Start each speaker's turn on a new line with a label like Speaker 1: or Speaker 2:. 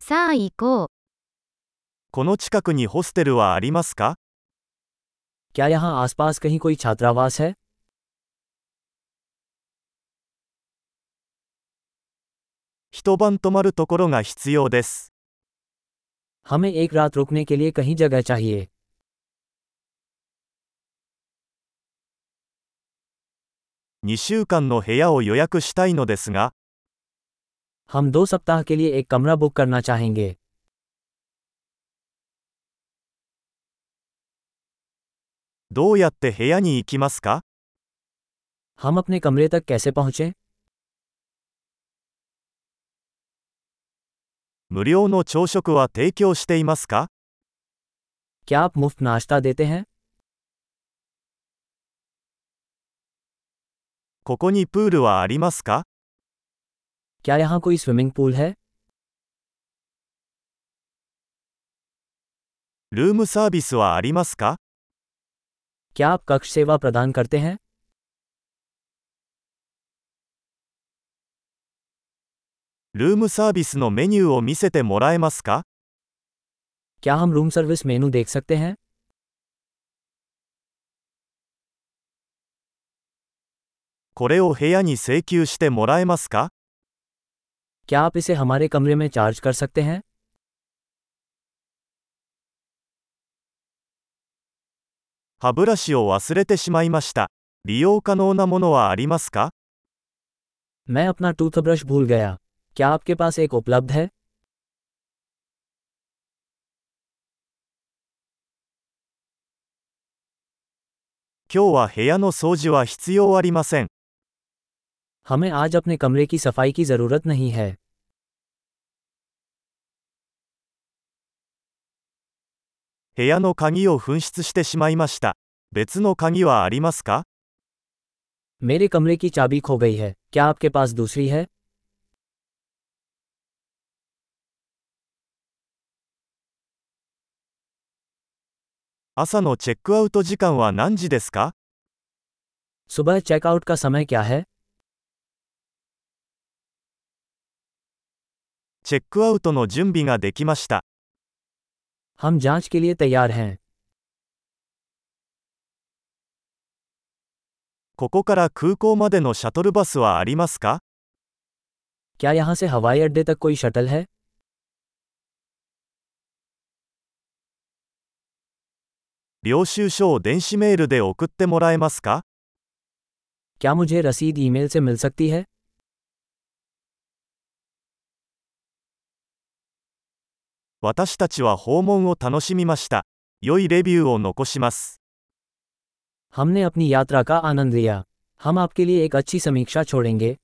Speaker 1: さあ行こう。
Speaker 2: この近くにホステルはありますか
Speaker 3: क्या यहाँ आसपास कहीं कोई छात्रावास है
Speaker 2: 一晩泊まるところが必要です。
Speaker 3: हमें एक रात रुकने के लिए कहीं जगह चाहिए
Speaker 2: 2週間の部屋を予約したいのですが、
Speaker 3: हम दो सप्ताह के लिए एक कमरा बुक करना चाहेंगे
Speaker 2: どうやって部屋に行きますか
Speaker 3: हम अपने कमरे तक कैसे पहुँचें
Speaker 2: 無料の朝食は提供していますか
Speaker 3: क्या आप मुफ्त नाश्ता देते हैं
Speaker 2: ここにプールはありますか
Speaker 3: क्या यहाँ कोई स्विमिंग पूल है
Speaker 2: ルームサービスはありますか
Speaker 3: क्या आप कक्ष सेवा प्रदान करते हैं
Speaker 2: ルームサービスのメニューを見せてもらえますか
Speaker 3: क्या हम रूम सर्विस मेनू देख सकते हैं
Speaker 2: これを部屋に請求してもらえますか
Speaker 3: क्या आप इसे हमारे कमरे में चार्ज कर सकते हैं
Speaker 2: 歯ブラシを忘れてしまいました。利用可能なものはありますか
Speaker 3: मैं अपना टूथब्रश भूल गया क्या आपके पास एक उपलब्ध है
Speaker 2: 今日は部屋の掃除は必要ありません。
Speaker 3: हमें आज अपने कमरे की सफाई की ज़रूरत नहीं है
Speaker 2: 部屋の鍵を紛失してしまいました。別の鍵はありますか
Speaker 3: मेरे कमरे की चाबी खो गई है क्या आपके पास दूसरी है
Speaker 2: 朝のチェックアウト時間は何時ですか
Speaker 3: सुबह चेकआउट का समय क्या है
Speaker 2: チェックアウトの準備ができました。
Speaker 3: हम जांच के लिए तैयार हैं
Speaker 2: ここから空港までのシャトルバスはありますか
Speaker 3: क्या यहाँ से हवाई अड्डे तक कोई शटल है
Speaker 2: 領収書を電子メールで送ってもらえますか
Speaker 3: क्या मुझे रसीद ईमेल से मिल सकती है
Speaker 2: 私たちは訪問を楽しみました。良いレビューを残します。
Speaker 3: हमने अपनी यात्रा का आनंद लिया हम आपके लिए एक अच्छी समीक्षा छोड़ेंगे